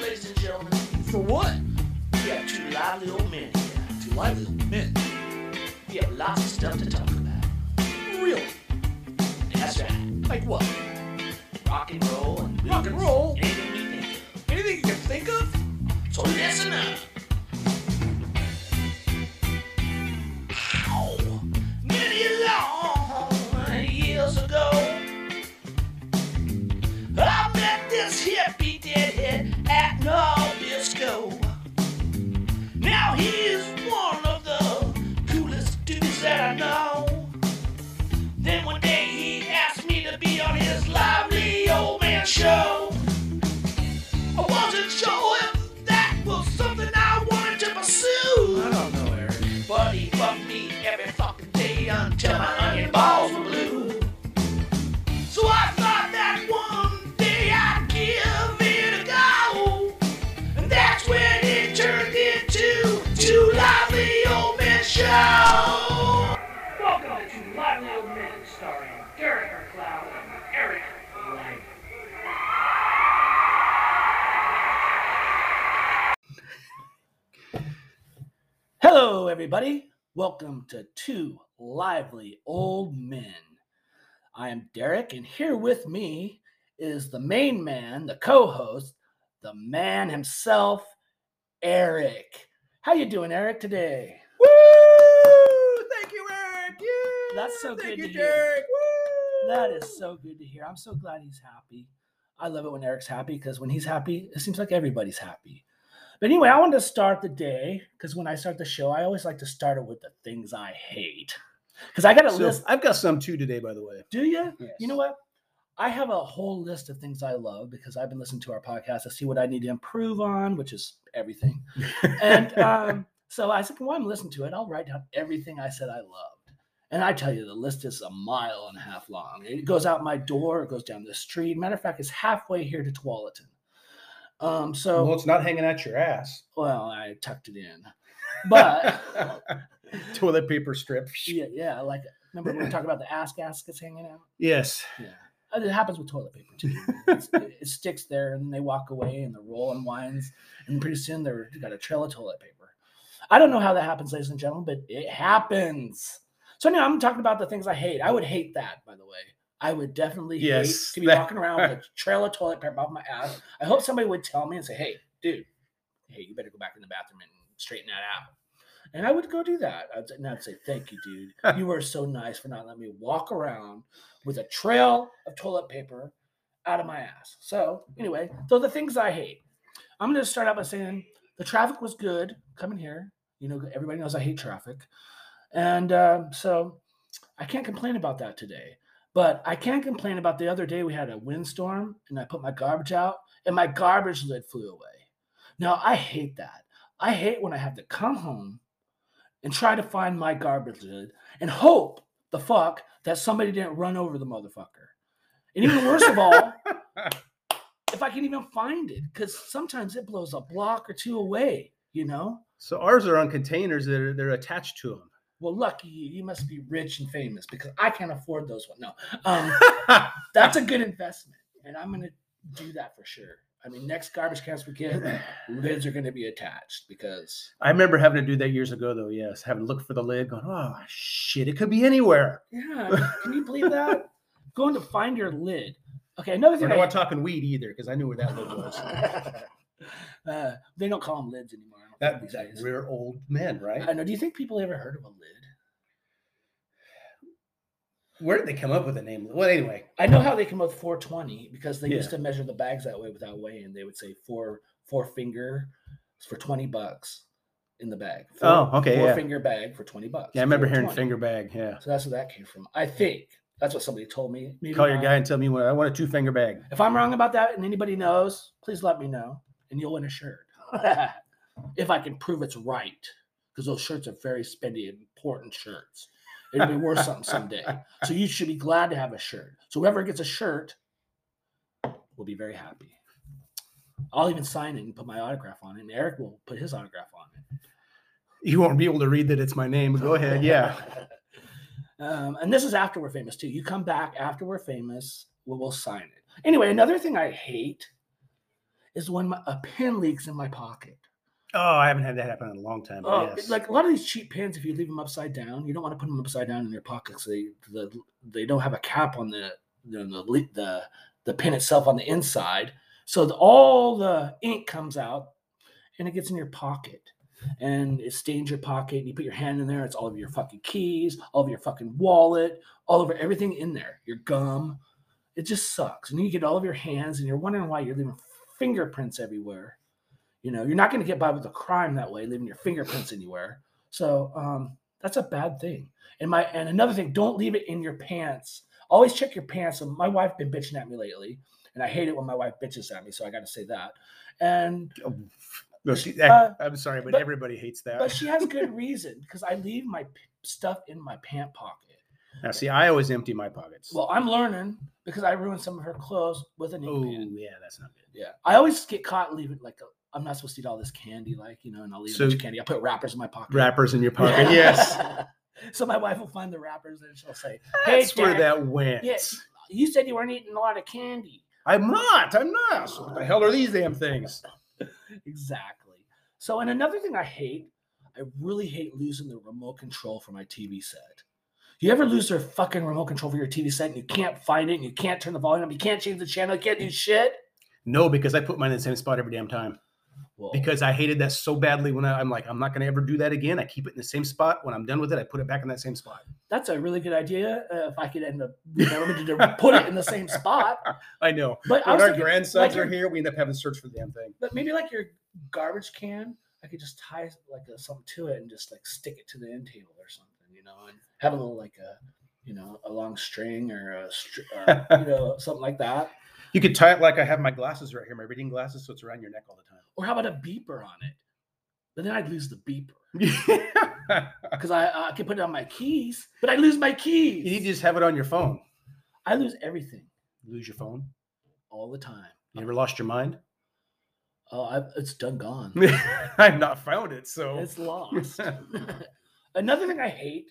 ladies and gentlemen, For what? we have two lively old men here. Two lively old men. We have lots of stuff to talk about. Really? That's right. Like what? Rock and roll and blues. Rock and roll? Anything we think of. Anything you can think of? So listen up. Ow. Many long years ago, I met this hippie deadhead at Nabisco. Now he is one of the coolest dudes that I know. Then one day he asked me to be on his lively old man show. I wasn't sure if that was something I wanted to pursue. don't know, Eric. But he fucked me every fucking day until my onion balls were blue. So I thought that one day I'd give it a go. And that's when it turned into Two Lively Old Men Show. Welcome to Two Lively Old Men, starring Derek McLeod and Eric Light. Hello, everybody. Welcome to Two Lively Old Men. I am Derek, and here with me is the main man, the co-host, the man himself, Eric. How you doing, Eric, today? Woo! Thank you, Eric. Yeah. That's so Thank good you, to hear. Derek. Woo! That is so good to hear. I'm so glad he's happy. I love it when Eric's happy because when he's happy, it seems like everybody's happy. But anyway, I wanted to start the day because when I start the show, I always like to start it with the things I hate. Because I got a So, list. I've got some too today, by the way. Do you? You Yes. know what? I have a whole list of things I love because I've been listening to our podcast to see what I need to improve on, which is everything. And um, so I said, well, I'm listening to it. I'll write down everything I said I loved. And I tell you, the list is a mile and a half long. It goes out my door, it goes down the street. Matter of fact, it's halfway here to Tualatin. Um, so, well, it's not hanging out your ass. well, I tucked it in. But toilet paper strip. yeah, yeah, like remember when we talked about the ass gaskets hanging out? Yes. Uh, It happens with toilet paper too. It's, it, it sticks there, and then they walk away, and the roll unwinds, and pretty soon they're they got a trail of toilet paper. I don't know how that happens, ladies and gentlemen, but it happens. So anyway, I'm talking about the things I hate. I would hate that, by the way. I would definitely Yes, hate to be that- walking around with a trail of toilet paper off my ass. I hope somebody would tell me and say, "Hey, dude, hey, you better go back in the bathroom and straighten that out." And I would go do that. I'd, and I'd say, "Thank you, dude. You were so nice for not letting me walk around with a trail of toilet paper out of my ass. So, anyway, so the things I hate. I'm going to start out by saying the traffic was good coming here. You know, everybody knows I hate traffic. And um, so I can't complain about that today. But I can complain about the other day we had a windstorm and I put my garbage out and my garbage lid flew away. Now, I hate that. I hate when I have to come home and try to find my garbage lid and hope the fuck that somebody didn't run over the motherfucker. And even worse of all, if I can even find it, because sometimes it blows a block or two away, you know? So ours are on containers that are they're attached to them. Well, lucky you, you must be rich and famous because I can't afford those ones. No, um, that's a good investment, and I'm gonna do that for sure. I mean, next garbage cans we get, lids are gonna be attached because I remember having to do that years ago, though. Yes, having to look for the lid, going, "Oh shit, it could be anywhere." yeah, I mean, can you believe that? Going to find your lid. Okay, another We're thing. I not talking weed either, because I knew where that lid was. uh, they don't call them lids anymore. I don't that think, these these days. we're old men, right? I know. Do you think people ever heard of a lid? Where did they come up with the name? Well, anyway, I know how they come up with 420 because they used Yeah. to measure the bags that way without weighing. They would say four four finger for 20 bucks in the bag. Four, Oh, okay, Four yeah. finger bag for 20 bucks. yeah, I remember hearing 420. finger bag. Yeah, So that's where that came from. I think that's what somebody told me. Maybe call your not. guy and tell me what I want a two finger bag. If I'm wrong about that and anybody knows, please let me know and you'll win a shirt. if I can prove it's right, because those shirts are very spendy, important shirts. It'll be worth something someday. So you should be glad to have a shirt. So whoever gets a shirt will be very happy. I'll even sign it and put my autograph on it, and Eric will put his autograph on it. You won't be able to read that it's my name. Go ahead. Yeah. um, and this is after we're famous too. You come back after we're famous, we will sign it. Anyway, another thing I hate is when my, a pen leaks in my pocket. Oh, I haven't had that happen in a long time. but Oh, yes. like a lot of these cheap pins, if you leave them upside down, you don't want to put them upside down in your pockets. They the, they don't have a cap on the the the, le- the the pin itself on the inside, so the, all the ink comes out and it gets in your pocket and it stains your pocket. And you put your hand in there, it's all over your fucking keys, all over your fucking wallet, all over everything in there, your gum. It just sucks, and then you get all of your hands, and you're wondering why you're leaving fingerprints everywhere. You know, you're not going to get by with a crime that way, leaving your fingerprints anywhere. So um, that's a bad thing. And my and another thing, don't leave it in your pants. Always check your pants. And my wife been bitching at me lately, and I hate it when my wife bitches at me. So I got to say that. And Oh, no, she- Uh, eh, I'm sorry, but, but- everybody hates that. but she has good reason because I leave my p- stuff in my pant pocket. now, see, I always empty my pockets. Well, I'm learning because I ruined some of her clothes with an ink oh, pen. yeah, that's not good. Yeah, I always get caught leaving like i I'm not supposed to eat all this candy, like you know, and I'll leave a bunch So- of candy. I put wrappers in my pocket. Wrappers in your pocket. yes. so my wife will find the wrappers and she'll say, "Hey, That's where Dad, that went. Yes. you said you weren't eating a lot of candy." I'm not. I'm not. So what the hell are these damn things? Exactly. So, and another thing I hate, I really hate losing the remote control for my TV set. You ever lose their fucking remote control for your TV set and you can't find it and you can't turn the volume up, you can't change the channel, you can't do shit? No, because I put mine in the same spot every damn time. Well, Because I hated that so badly when I, I'm like, I'm not going to ever do that again. I keep it in the same spot. When I'm done with it, I put it back in that same spot. that's a really good idea. Uh, if I could end up remembering to put it in the same spot, I know. but I When was our thinking, grandsons like are your- here, we end up having to search for the damn thing. but maybe like your garbage can, I could just tie like a, something to it and just like stick it to the end table or something, you know, and have a little like a, you know, a long string or a, str- uh, you know, something like that. You could tie it like I have my glasses right here, my reading glasses, so it's around your neck all Or how about a beeper on it? But then I'd lose the beeper the time. because I I could put it on my keys, but I lose my keys. you need to just have it on your phone. I lose everything Lose your phone? all the time. You ever lost your mind? Oh, I, it's done gone. I've not found it, so It's lost. Another thing I hate.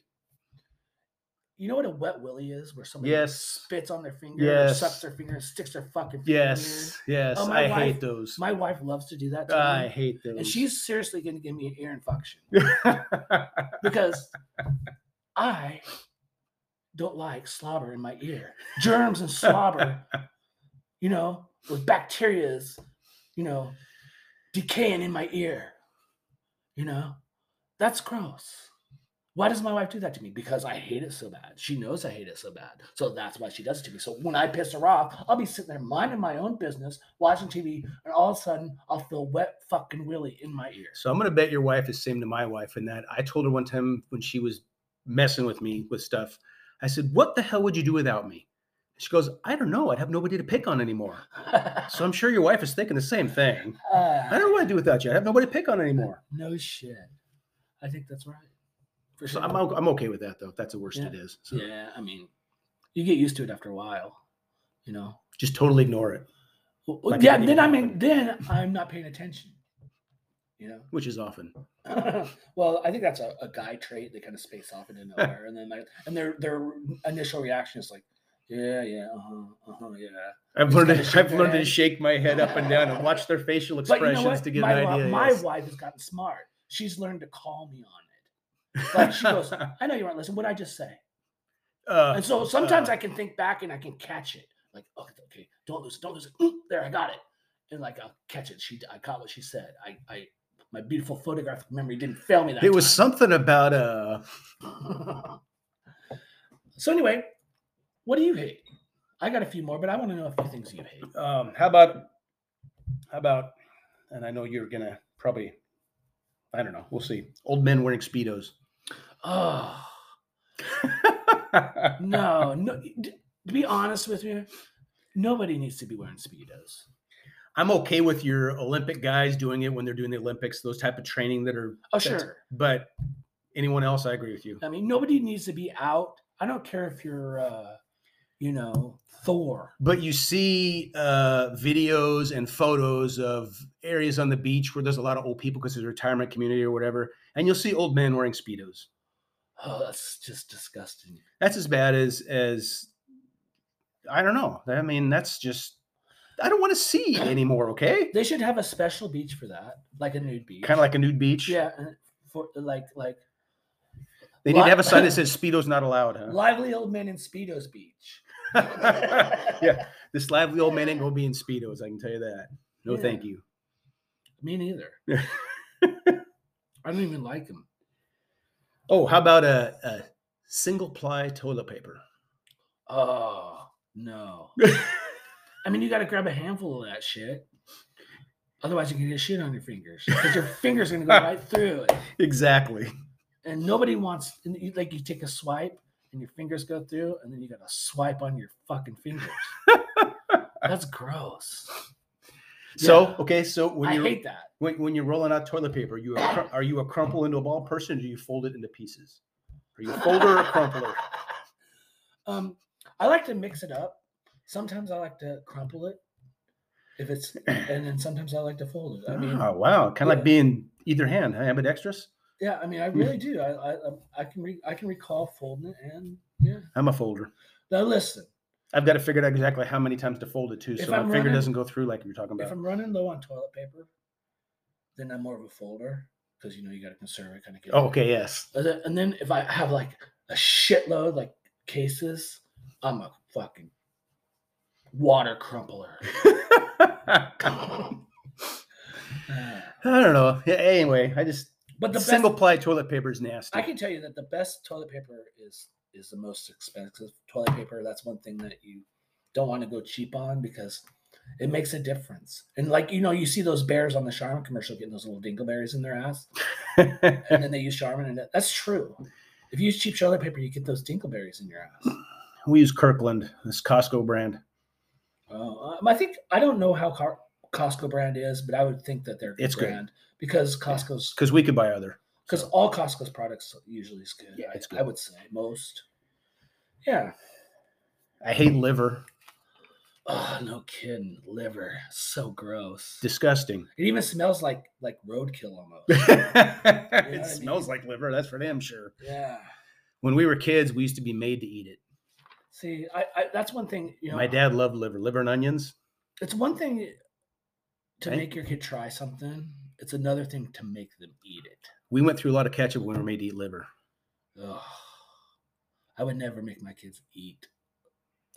You know what a wet willy is, where somebody yes, spits on their finger, or Yes. sucks their finger, and sticks their fucking finger. in your ear. yes, yes. Oh, my I wife- hate those. My wife loves to do that. To I me, hate those. and she's seriously going to give me an ear infection because I don't like slobber in my ear. Germs and slobber, you know, with bacteria's, you know, decaying in my ear. You know, that's gross. Why does my wife do that to me? Because I hate it so bad. She knows I hate it so bad. So that's why she does it to me. So when I piss her off, I'll be sitting there minding my own business, watching TV, and all of a sudden I'll feel wet fucking willy in my ear. So I'm gonna bet your wife is same to my wife in that I told her one time when she was messing with me with stuff, I said, "What the hell would you do without me?" She goes, "I don't know. I'd have nobody to pick on anymore." So I'm sure your wife is thinking the same thing. I Uh, don't know what I do without you. I have nobody to pick on anymore. No shit. I think that's right. For So I'm o- I'm okay with that though. if That's the worst Yeah. it is. So yeah, I mean, you get used to it after a while, you know. just totally ignore it, Well, well, Like it yeah, didn't then even I mean, happen. then I'm not paying attention, you which is often. know. well, I think that's a, a guy trait. They kind of space off into nowhere, and then like, and their their initial reaction is like, yeah, yeah, uh-huh, uh-huh, yeah. I've Just learned kinda to, shake I've their learned to head. shake my head up and down and watch their facial But you expressions know what? to get my, an wi- idea. my yes. wife has gotten smart. She's learned to call me on it. Like she goes, I know you aren't listening. What I just say? Uh, And so sometimes uh, I can think back and I can catch it. Like, oh, okay, okay, don't lose it, don't lose it. Mm, there, I got it. And like, I'll catch it. She, I caught what she said. I, I, my beautiful photographic memory didn't fail me that. it was time. something about uh so anyway, what do you hate? I got a few more, but I want to know a few things you hate. um, how about how about and i know you're gonna probably i don't know we'll see old men wearing speedos Oh no, no. d- To be honest with you, nobody needs to be wearing speedos. i'm okay with your olympic guys doing it when they're doing the olympics those type of training that are Oh that's- sure. but anyone else i agree with you I mean, nobody needs to be out. I don't care if you're, uh, you know, Thor. but you see uh, videos and photos of areas on the beach where there's a lot of old people because it's a retirement community or whatever and you'll see old men wearing speedos Oh, that's just disgusting. that's as bad as as I don't know. I mean, that's just I don't want to see anymore. Okay, They should have a special beach for that, like a nude beach. kind of like a nude beach. yeah, and for like like They need to Li- have a sign that says "Speedo's not allowed." Huh? lively old men in speedos beach. yeah, this lively old man ain't gonna be in speedos. I can tell you that. No, Yeah. thank you. Me neither. I don't even like them. Oh, how about a, a single ply toilet paper? Oh no. I mean, you got to grab a handful of that shit. Otherwise, you can get shit on your fingers because your fingers are gonna go right through it. exactly. And nobody wants and you, like you take a swipe and your fingers go through, and then you got to swipe on your fucking fingers. That's gross. So Yeah. okay, so when I you're hate that. when, when you're rolling out toilet paper, you a cr- are you a crumple into a ball person, or do you fold it into pieces? Are you a folder or a crumpler? Um, I like to mix it up. Sometimes I like to crumple it if it's, and then sometimes I like to fold it. I mean, oh wow, kind of yeah. like being either hand, huh? ambidextrous. yeah, I mean, I really do. I I, um, I can re- I can recall folding it, and yeah. I'm a folder. Now listen, I've got to figure out exactly how many times to fold it too, If so I'm my finger running- doesn't go through like you're talking if about. I'm running low on toilet paper, then I'm more of a folder because you know you got to conserve it, kind of. Oh, okay, yes. And then- and then if I have like a shitload like cases, I'm a fucking water crumpler. I Uh, don't know. Yeah, anyway, I just but the best single ply toilet paper is nasty. I can tell you that the best toilet paper is is the most expensive toilet paper. That's one thing that you don't want to go cheap on because it makes a difference. And like you know, you see those bears on the Charmin commercial getting those little dingleberries in their ass, and then they use Charmin, and that- that's true. If you use cheap toilet paper, you get those dingleberries in your ass. we use Kirkland, this Costco brand. Oh, um, I think I don't know how Car- Costco brand is, but I would think that they're a good It's good. brand because Costco's Because we could buy other. because all Costco's products usually is good. Yeah, I- it's I good. would say most. Yeah. I hate liver. Oh, no kidding. Liver. So gross. Disgusting. It even smells like like roadkill almost. it mean? smells like liver. That's for damn sure. yeah. When we were kids, we used to be made to eat it. See, I, I that's one thing, you know. My dad loved liver, liver and onions. It's one thing to Right? make your kid try something. It's another thing to make them eat it. We went through a lot of ketchup when we were made to eat liver. Ugh. I would never make my kids eat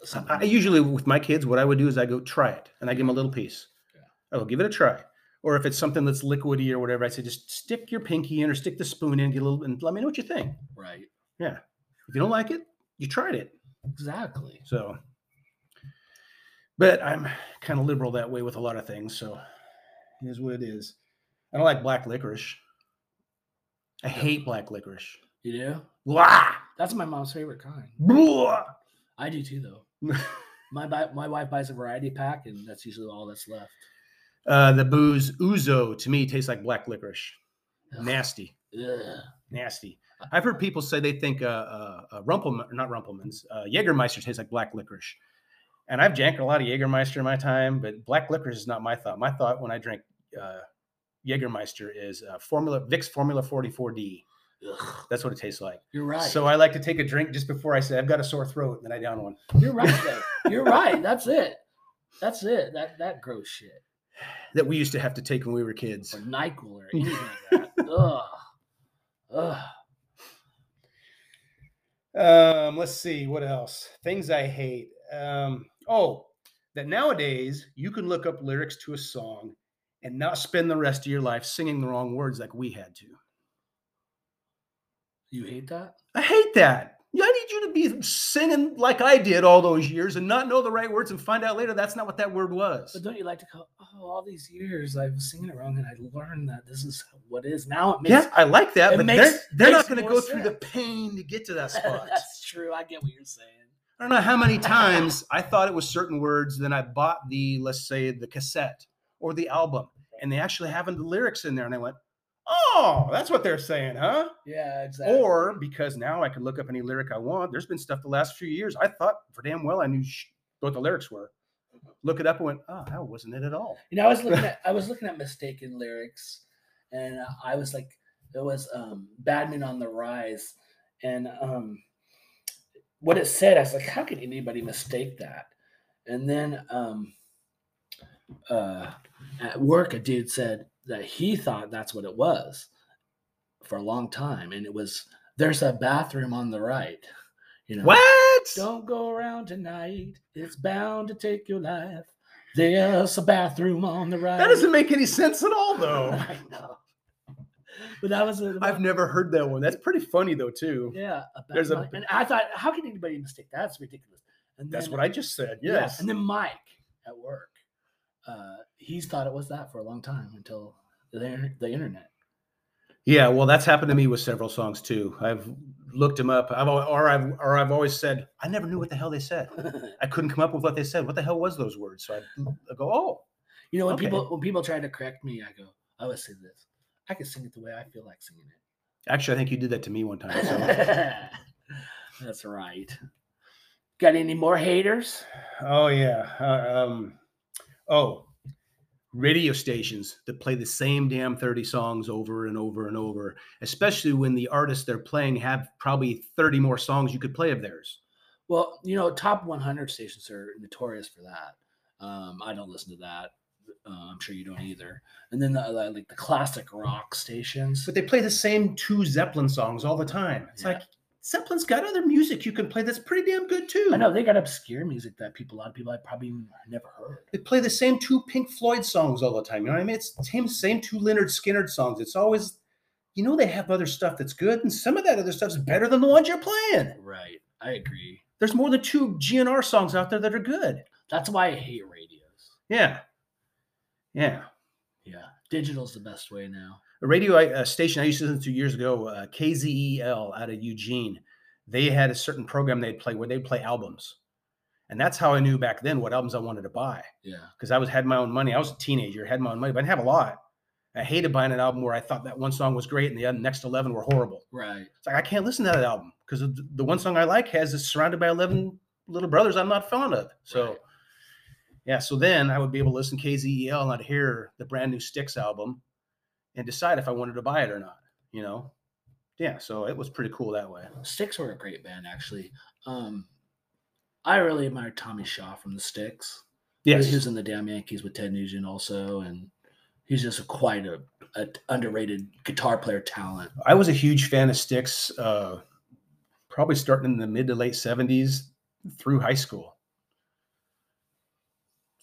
something. I I like- usually with my kids, what I would do is I go try it and I give them a little piece. Yeah. I go give it a try. Or if it's something that's liquidy or whatever, I say just stick your pinky in or stick the spoon in, get a little, and let me know what you think. right. If you don't like it, you tried it. Exactly. So, but I'm kind of liberal that way with a lot of things. So, it is what it is. I don't like black licorice. I hate black licorice. You know? Blah, That's my mom's favorite kind. blah. I do too though. My bi- my wife buys a variety pack and that's usually all that's left. Uh, the booze ouzo to me tastes like black licorice. Ugh. Nasty, Ugh. nasty. I've heard people say they think uh, uh, uh Rumpelman, not Rumpelmans, uh, Jägermeister tastes like black licorice. And I've drank a lot of Jägermeister in my time, but black licorice is not my thought. My thought when I drink uh, Jägermeister is uh, Formula Vicks Formula 44D. Ugh. That's what it tastes like. You're right. So I like to take a drink just before I say I've got a sore throat, and then I down one. You're right though. You're right. That's it. That's it. That that gross shit. That we used to have to take when we were kids. Or NyQuil or anything like that. Ugh. Ugh. Um, let's see what else. Things I hate. Um, oh, that nowadays you can look up lyrics to a song and not spend the rest of your life singing the wrong words like we had to. You hate that? I hate that. Yeah, I need you to be singing like I did all those years and not know the right words and find out later that's not what that word was. But don't you like to go, oh, all these years I was singing it wrong and I learned that this is what it is. Now it makes yeah, I like that, it but makes- they're, they're makes not going to more go through the pain to get to that spot. That's true. I get what you're saying. I don't know how many times I thought it was certain words, then I bought the, let's say, the cassette or the album, and they actually have the lyrics in there. And I went, oh, that's what they're saying, huh? Yeah, exactly. Or because now I could look up any lyric I want. There's been stuff the last few years. I thought for damn well I knew sh- what the lyrics were. Look it up and went, oh, that wasn't it at all. You know, I was looking at I was looking at mistaken lyrics, and uh, I was like, it was um, "Badman on the Rise," and um, what it said, I was like, how could anybody mistake that? And then um, uh, at work, a dude said that he thought that's what it was for a long time, and it was there's a bathroom on the right. You know, What? don't go around tonight. It's bound to take your life. There's a bathroom on the right. That doesn't make any sense at all, though. I know. But that was a, I've never heard that one. That's pretty funny, though, too. yeah. About There's a my- and I thought, how can anybody mistake that? That's ridiculous. And That's then- what I just said. yeah, Yes. And then Mike at work, uh, he's thought it was that for a long time until the inter- the internet. Yeah, well, that's happened to me with several songs too. I've looked them up. I've al- or I've or I've always said I never knew what the hell they said. I couldn't come up with what they said. What the hell was those words? So I, I go, oh, you know, when Okay. people when people try to correct me, I go, I always say this. I can sing it the way I feel like singing it. actually, I think you did that to me one time. So. That's right. Got any more haters? oh yeah. Uh, um, oh, radio stations that play the same damn thirty songs over and over and over, especially when the artists they're playing have probably thirty more songs you could play of theirs. Well, you know, top 100 stations are notorious for that. Um, I don't listen to that. Uh, I'm sure you don't either. And then the, the- like the classic rock stations. But they play the same two Zeppelin songs all the time. It's Yeah. like Zeppelin's got other music you can play that's pretty damn good too. I know they got obscure music that people, a lot of people, I probably even never heard. They play the same two Pink Floyd songs all the time. You know what I mean? It's the same same two Leonard Skinner songs. It's always, you know, they have other stuff that's good, and some of that other stuff's better than the ones you're playing. Right, I agree. There's more than two GNR songs out there that are good. That's why I hate radios. Yeah, yeah. Yeah, digital's the best way now. a radio I- uh station I used to listen to years ago, uh, KZEL out of Eugene, they had a certain program they'd play where they'd play albums. And that's how I knew back then what albums I wanted to buy Yeah, because I was had my own money. I was a teenager, had my own money, but I didn't have a lot. I hated buying an album where I thought that one song was great and the other- next 11 were horrible. right. It's like, I can't listen to that album because the one song I like has is surrounded by 11 little brothers I'm not fond of. So, Right. yeah, so then I would be able to listen to KZEL and I'd hear the brand new Styx album and decide if I wanted to buy it or not, you know? Yeah, so it was pretty cool that way. Sticks were a great band, actually. Um, I really admire Tommy Shaw from the Sticks. Yes. he was in the Damn Yankees with Ted Nugent also, and he's just a, quite a, a t- underrated guitar player talent. I was a huge fan of Styx, uh, probably starting in the mid to late 70s through high school,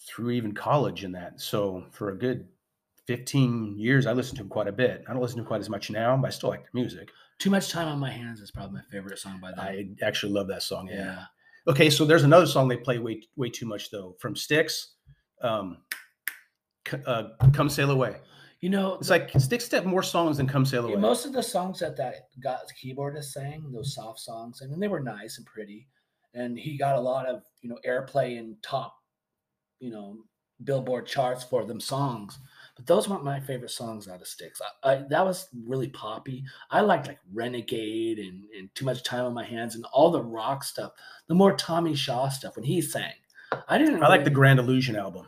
through even college in that. So for a good 15 years, I listened to him quite a bit. I don't listen to him quite as much now, but I still like the music. Too much time on my hands is probably my favorite song by them. I actually love that song. yeah. Okay, so there's another song they play way way too much though from Styx. Um, C- uh, Come Sail Away. you know, It's like Styx have more songs than Come Sail Yeah, Away. most of the songs that that got keyboardist sang, those soft songs, I mean, they were nice and pretty, and he got a lot of you know airplay and top, you know, Billboard charts for them songs. But those weren't my favorite songs out of Sticks. I, I, that was really poppy. I liked like Renegade and, and Too Much Time on My Hands and all the rock stuff. The more Tommy Shaw stuff when he sang, I didn't. I like the really- Grand Illusion album.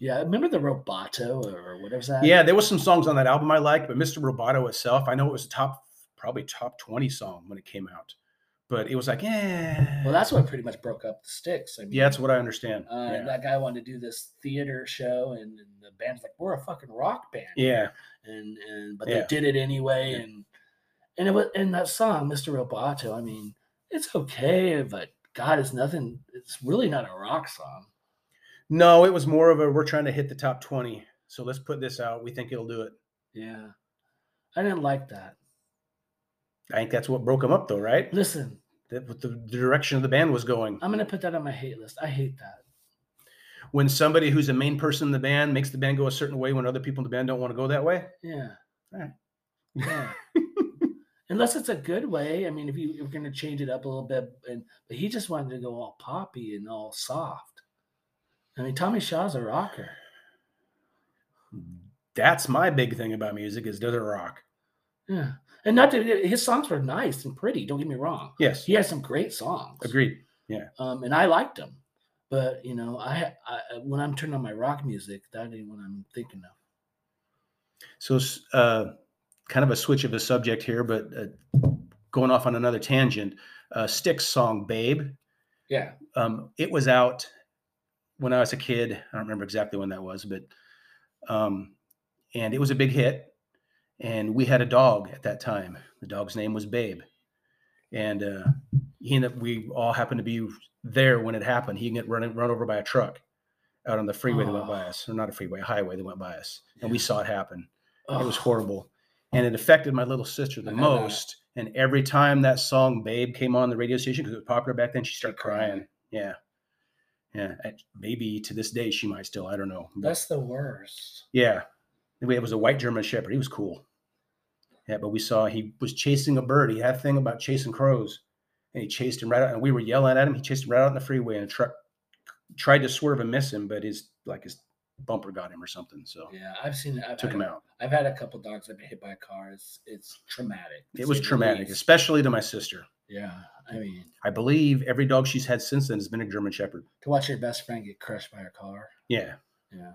Yeah, remember the Roboto or whatever's that? Yeah, there was some songs on that album I liked, but Mr. Roboto itself, I know it was a top, probably top twenty song when it came out, but it was like, yeah. Well, that's what pretty much broke up the Sticks. I mean, yeah, that's what I understand. Uh, yeah. and That guy wanted to do this theater show, and, and the band's like, "We're a fucking rock band." yeah, And and but Yeah. they did it anyway, Yeah. and and it was and that song, Mr. Roboto. I mean, it's okay, but God, it's nothing. It's really not a rock song. no, it was more of a we're trying to hit the top twenty, so let's put this out. We think it'll do it. Yeah, I didn't like that. I think that's what broke them up, though, right? Listen, That what the the direction of the band was going. I'm gonna put that on my hate list. I hate that. when somebody who's a main person in the band makes the band go a certain way when other people in the band don't want to go that way. Yeah. Alright. Yeah. Unless it's a good way. I mean, if you if you're gonna change it up a little bit, and but he just wanted to go all poppy and all soft. I mean, Tommy Shaw's a rocker. That's my big thing about music is does it rock? Yeah, and not to, his songs were nice and pretty. Don't get me wrong. Yes, He had some great songs. agreed. Um, and I liked them, but you know, I, I when I'm turning on my rock music, that ain't what I'm thinking of. So, s- uh, kind of a switch of a subject here, but uh, going off on another tangent. Uh, Stick's song "Babe," Yeah. um, it was out when I was a kid. I don't remember exactly when that was, but um, and it was a big hit. And we had a dog at that time. The dog's name was Babe, and uh, he ended up, we all happened to be there when it happened. He got run run over by a truck out on the freeway that went by Oh. us, or not a freeway, a highway that went by us, and we saw it happen. It was Ugh. horrible. And it affected my little sister the Oh. I know that. most. And every time that song Babe came on the radio station, because it was popular back then, she started cried. crying. Yeah. Yeah. And Maybe to this day she might still. I don't know. But That's the worst. yeah. Anyway, It was a white German Shepherd. He was cool. Yeah, but we saw he was chasing a bird. He had a thing about chasing crows. And he chased him right out. And we were yelling at him. He chased him right out on the freeway and a truck tried to swerve and miss him, but his like his bumper got him or something. So Yeah, I've seen that. I've took had, him out. I've had a couple dogs that have been hit by cars. It's traumatic. to It was say the traumatic, least. especially to my sister. Yeah, I mean, I believe every dog she's had since then has been a German Shepherd. to watch your best friend get crushed by a car. Yeah, Yeah.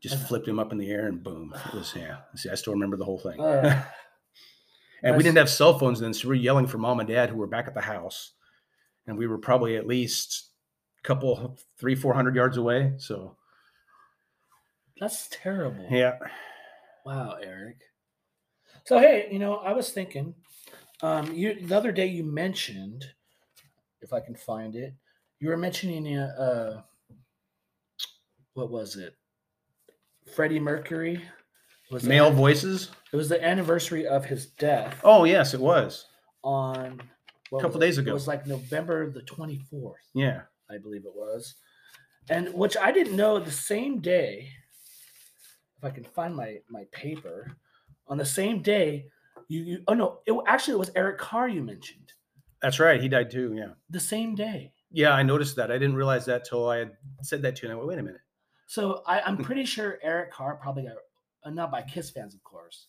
just Ugh. flipped him up in the air and boom. It was yeah. See, I still remember the whole thing. Ugh. and we that's- didn't have cell phones then, so we were yelling for mom and dad who were back at the house, and we were probably at least a couple, three, four hundred yards away. So That's terrible. yeah, Wow, Eric. So hey, you know, I was thinking, um, you the other day you mentioned, if I can find it, you were mentioning uh, uh what was it? Freddie Mercury was the male an- voices. It was the anniversary of his death. Oh yes, it was. on what was Couple it? days ago. It was like November the twenty fourth. Yeah, I believe it was. And which I didn't know the same day, if I can find my my paper, on the same day, you, you oh no, it wa- actually it was Eric Carr you mentioned that's right. He died too. Yeah, the same day. yeah. I noticed that. I didn't realize that till I had said that to you. And I went, wait a minute. So I, Hmm. I'm pretty sure Eric Carr probably got uh, not by Kiss fans, of course,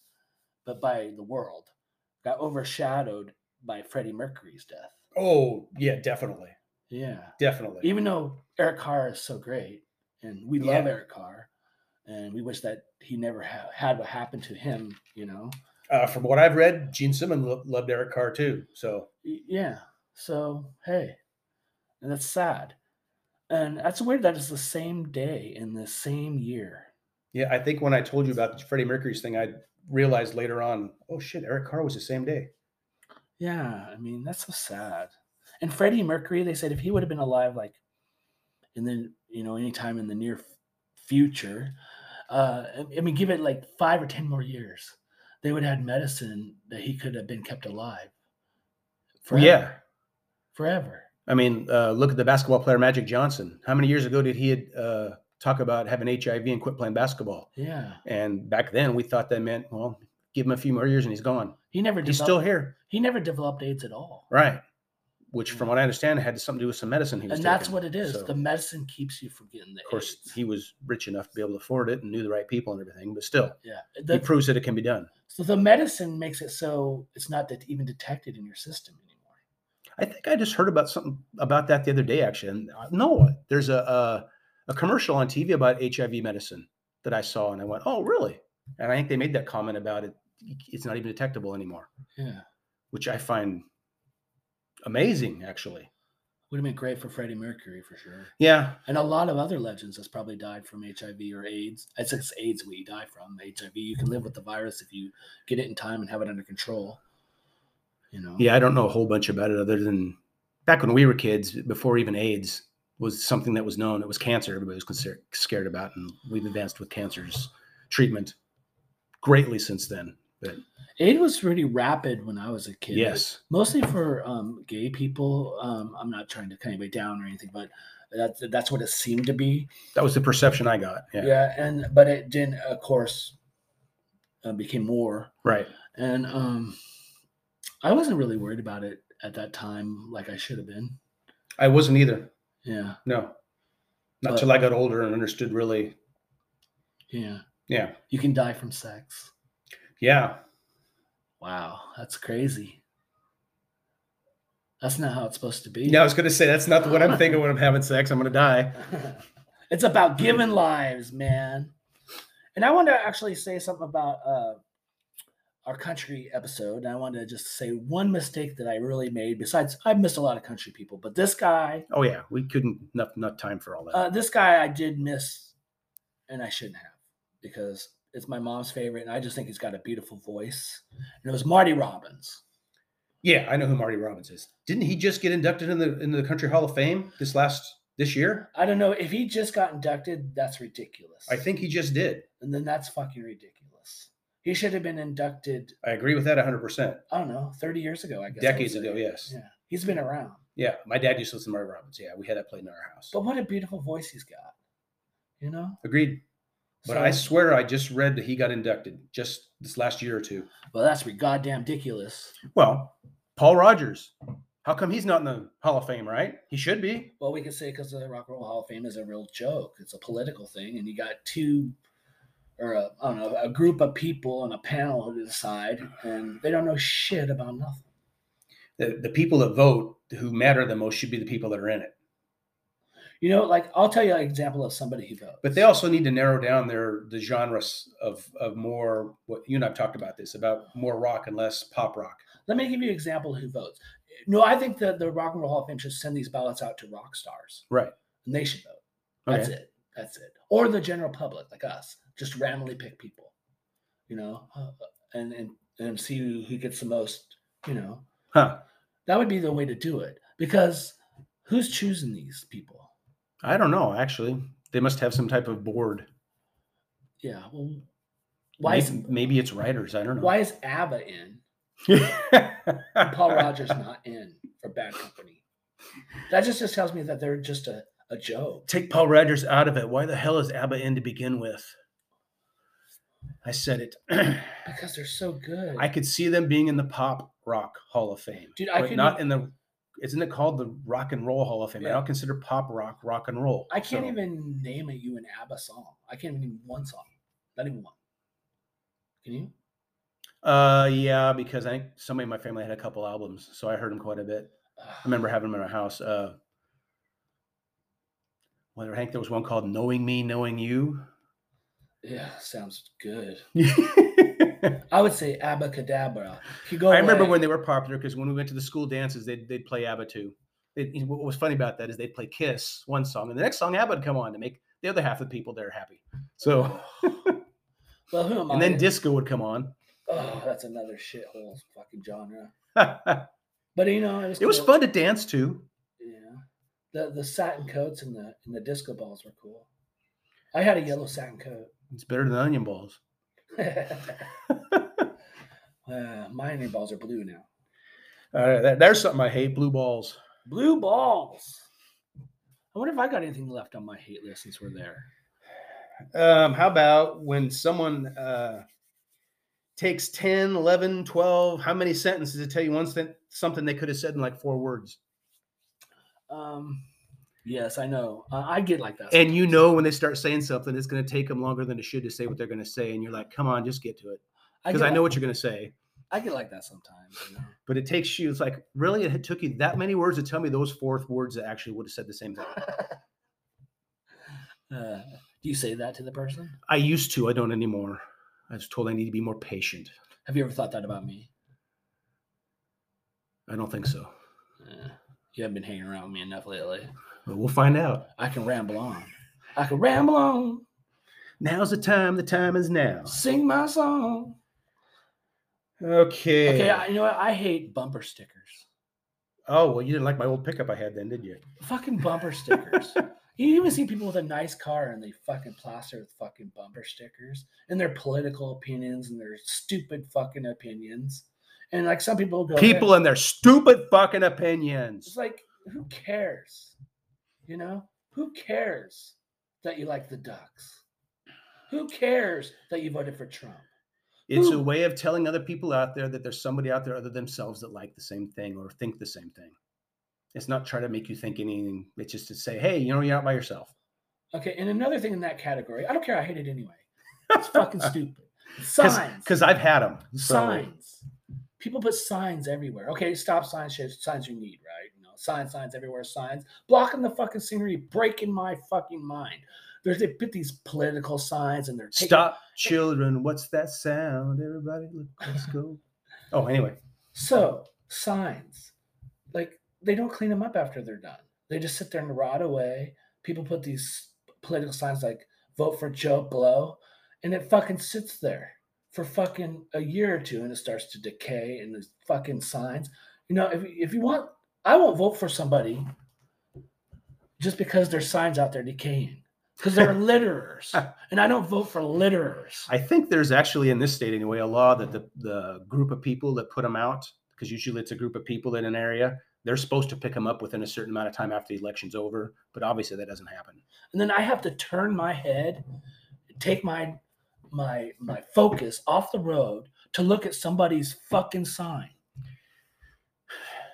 but by the world, got overshadowed by Freddie Mercury's death. Oh yeah, definitely, Yeah. definitely. even though Eric Carr is so great and we love Yeah. Eric Carr and we wish that he never ha- had what happened to him, you know. uh, from what I've read, Gene Simmons lo- loved Eric Carr too. So Y- Yeah. So, hey. And that's sad. And that's weird that it's the same day in the same year. yeah, I think when I told you about Freddie Mercury's thing, I realized later on, oh shit, Eric Carr was the same day. Yeah, I mean, that's so sad. And Freddie Mercury, they said if he would have been alive, like, in the, you know, anytime in the near f- future, uh, I- I mean, give it like five or 10 more years, they would have had medicine that he could have been kept alive. Yeah, Forever. I mean, uh, look at the basketball player Magic Johnson. How many years ago did he uh, talk about having HIV and quit playing basketball? Yeah. And back then, we thought that meant, well, give him a few more years and he's gone. He never, He's developed, still here, he never developed AIDS at all. right? Which, from Yeah. what I understand, had something to do with some medicine he was And that's taking. what it is. So- The medicine keeps you from getting the of course, AIDS. he was rich enough to be able to afford it and knew the right people and everything, but still, yeah. he The, proves that it can be done. so the medicine makes it so it's not det- even detected in your system anymore. I think I just heard about something about that the other day, actually. And uh, no, there's a, a a commercial on TV about HIV medicine that I saw, and I went, "Oh, really?" And I think they made that comment about it. It's not even detectable anymore, Yeah. which I find amazing, actually. Would have been great for Freddie Mercury for sure. Yeah, And a lot of other legends that's probably died from HIV or AIDS. I said it's AIDS what you die from. HIV, you can live with the virus if you get it in time and have it under control. You know? yeah. I don't know a whole bunch about it other than back when we were kids, before even AIDS was something that was known. It was cancer. Everybody was consider- scared about, and we've advanced with cancer's treatment greatly since then. But AIDS was really rapid when I was a kid. yes. Mostly for um, gay people. Um, I'm not trying to cut anybody down or anything, but that's that's what it seemed to be. That was the perception I got. Yeah. Yeah. and but it then of course uh, became more Right. and um I wasn't really worried about it at that time like I should have been. I wasn't either. Yeah, No. Not But- till I got older and understood really. yeah. Yeah. You can die from sex. Yeah. Wow, that's crazy. That's not how it's supposed to be. Yeah. I was going to say, that's not what I'm thinking when I'm having sex. I'm going to die. it's about giving lives, man. And I want to actually say something about uh, our country episode, and I wanted to just say one mistake that I really made. Besides, I've missed a lot of country people, but this guy, Oh yeah, we couldn't enough enough time for all that. uh, this guy, I did miss, and I shouldn't have because it's my mom's favorite, and I just think he's got a beautiful voice. And it was Marty Robbins. yeah, I know who Marty Robbins is. Didn't he just get inducted in the into the Country Hall of Fame this last this year? I don't know if he just got inducted. That's ridiculous. I think he just did. and then that's fucking ridiculous. He should have been inducted. I agree with that 100%. I don't know, thirty years ago. I guess I would Decades ago, say. yes. Yeah, he's been around. Yeah, my dad used to listen to Marty Robbins. Yeah, we had that played in our house. But what a beautiful voice he's got. You know? Agreed. But I So- swear I just read that he got inducted just this last year or two. well, that's re goddamn ridiculous. Well, Paul Rogers. How come he's not in the Hall of Fame, right? He should be. Well, we could say because the Rock and Roll Hall of Fame is a real joke. It's a political thing, and you got two, or a, I don't know, a group of people on a panel to decide, and they don't know shit about nothing. The, the people that vote who matter the most should be the people that are in it. You know, like I'll tell you an example of somebody who votes. But they also need to narrow down their the genres of of more what you and I've talked about this about more rock and less pop rock. Let me give you an example of who votes. No, I think that the Rock and Roll Hall of Fame should send these ballots out to rock stars. Right. And they should vote. Okay. That's it. That's it. Or the general public, like us, just randomly pick people, you know, uh, and and and see who, who gets the most. You know, Huh. that would be the way to do it because who's choosing these people? I don't know. Actually, they must have some type of board. Yeah. Well, why maybe, is maybe it's writers? I don't know. why is ABBA in? and Paul Rogers not in for Bad Company. That just just tells me that they're just a a joke. Take Paul Rogers out of it. Why the hell is ABBA in to begin with? I said it. Because they're so good. I could see them being in the pop rock Hall of Fame, Dude, I but could not not- in the. Isn't it called the Rock and Roll Hall of Fame? Yeah. I don't consider pop rock rock and roll. I can't so- even name a you an ABBA song. I can't even name one song. Not even one. Can you? Uh, yeah, because I think somebody in my family had a couple albums, so I heard them quite a bit. I Ugh. remember having them in our house. Uh, whether Hank, there was one called "Knowing Me, Knowing You." Yeah, sounds good. I I would say abacadabra. You go remember away. when they were popular because when we went to the school dances, they'd they'd play ABBA too. They, you know, what was funny about that is they'd play Kiss one song, and the next song ABBA would come on to make the other half of the people there happy. So. Well, who am and I? then to- disco would come on. Ugh, that's another shithole fucking genre. it But you know, it was, was cool. fun to dance to. Yeah, the the satin coats and the and the disco balls were cool. I had a yellow satin coat. It's better than onion balls. uh, my name balls are blue now. Uh, that, there's something I hate: blue balls. Blue balls. I wonder if I got anything left on my hate list since we're there. Um, how about when someone uh, takes 10, 11, 12, how many sentences to tell you one sen- something they could have said in like four words? Um, yes, I know. Uh, I get like that. And you know when they start saying something, it's going to take them longer than it should to say what they're going to say, and you're like, "Come on, just get to it," because get I know like, what you're going to say. I get like that sometimes. You know? But it takes you. It's like really, it took you that many words to tell me those four words that actually would have said the same thing. Uh, do you say that to the person? I used to. I don't anymore. I was told I need to be more patient. Have you ever thought that about me? I don't think so, Uh, you haven't been hanging around with me enough lately. but we'll find out. I can ramble on. I can ramble on, Now's the time. The time is now. sing my song. Okay. Okay, I, you know what? I hate bumper stickers. oh well, you didn't like my old pickup I had then, did you? Fucking bumper stickers. You even see people with a nice car and they fucking plaster with fucking bumper stickers and their political opinions and their stupid fucking opinions. And like some people go, "Hey, People and their stupid fucking It's opinions. like, who cares? You know, who cares that you like the Ducks? Who cares that you voted for Trump? It's a Who- way of telling other people out there that there's somebody out there other than themselves that like the same thing or think the same thing. It's not trying to make you think anything. It's just to say, hey, you know, you're not by yourself. Okay, and another thing in that category, I don't care. I hate it anyway. It's fucking stupid. Signs, Because I've had them. signs. People put signs everywhere. Okay, stop signs, shit, signs you need, right? You know, signs, signs everywhere, signs blocking the fucking scenery, breaking my fucking mind. There's they put these political signs and they're taking- Stop, children. What's that sound? Everybody, look, let's go. Oh, anyway. So signs, like they don't clean them up after they're done. They just sit there and rot away. People put these political signs like "Vote for Joe Blow," and it fucking sits there for fucking a year or two, and it starts to decay. And the fucking signs, you know, if if you want, I won't vote for somebody just because there's signs out there decaying because they're litterers, and I don't vote for litterers. I think there's actually in this state anyway a law that the, the group of people that put them out, because usually it's a group of people in an area, they're supposed to pick them up within a certain amount of time after the election's over. But obviously that doesn't happen. and then I have to turn my head, take my my my focus off the road to look at somebody's fucking sign.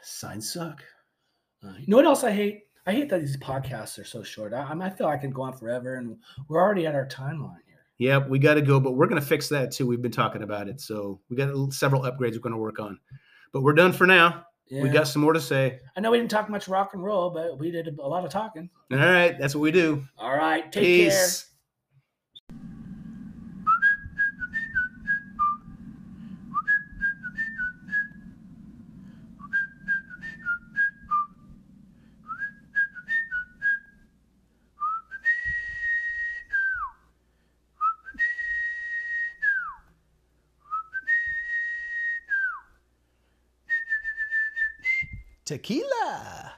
Signs suck. You know what else I hate? I hate that these podcasts are so short. I, I'm- I feel I can go on forever, and we're already at our timeline here. Yep, we got to go, but we're going to fix that too. We've been talking about it. So we got l- several upgrades we're going to work on. But we're done for now. We Yeah. got some more to say. I know we didn't talk much rock and roll, but we did a lot of talking. All right, that's what we do. All right, take care. Peace. Tequila.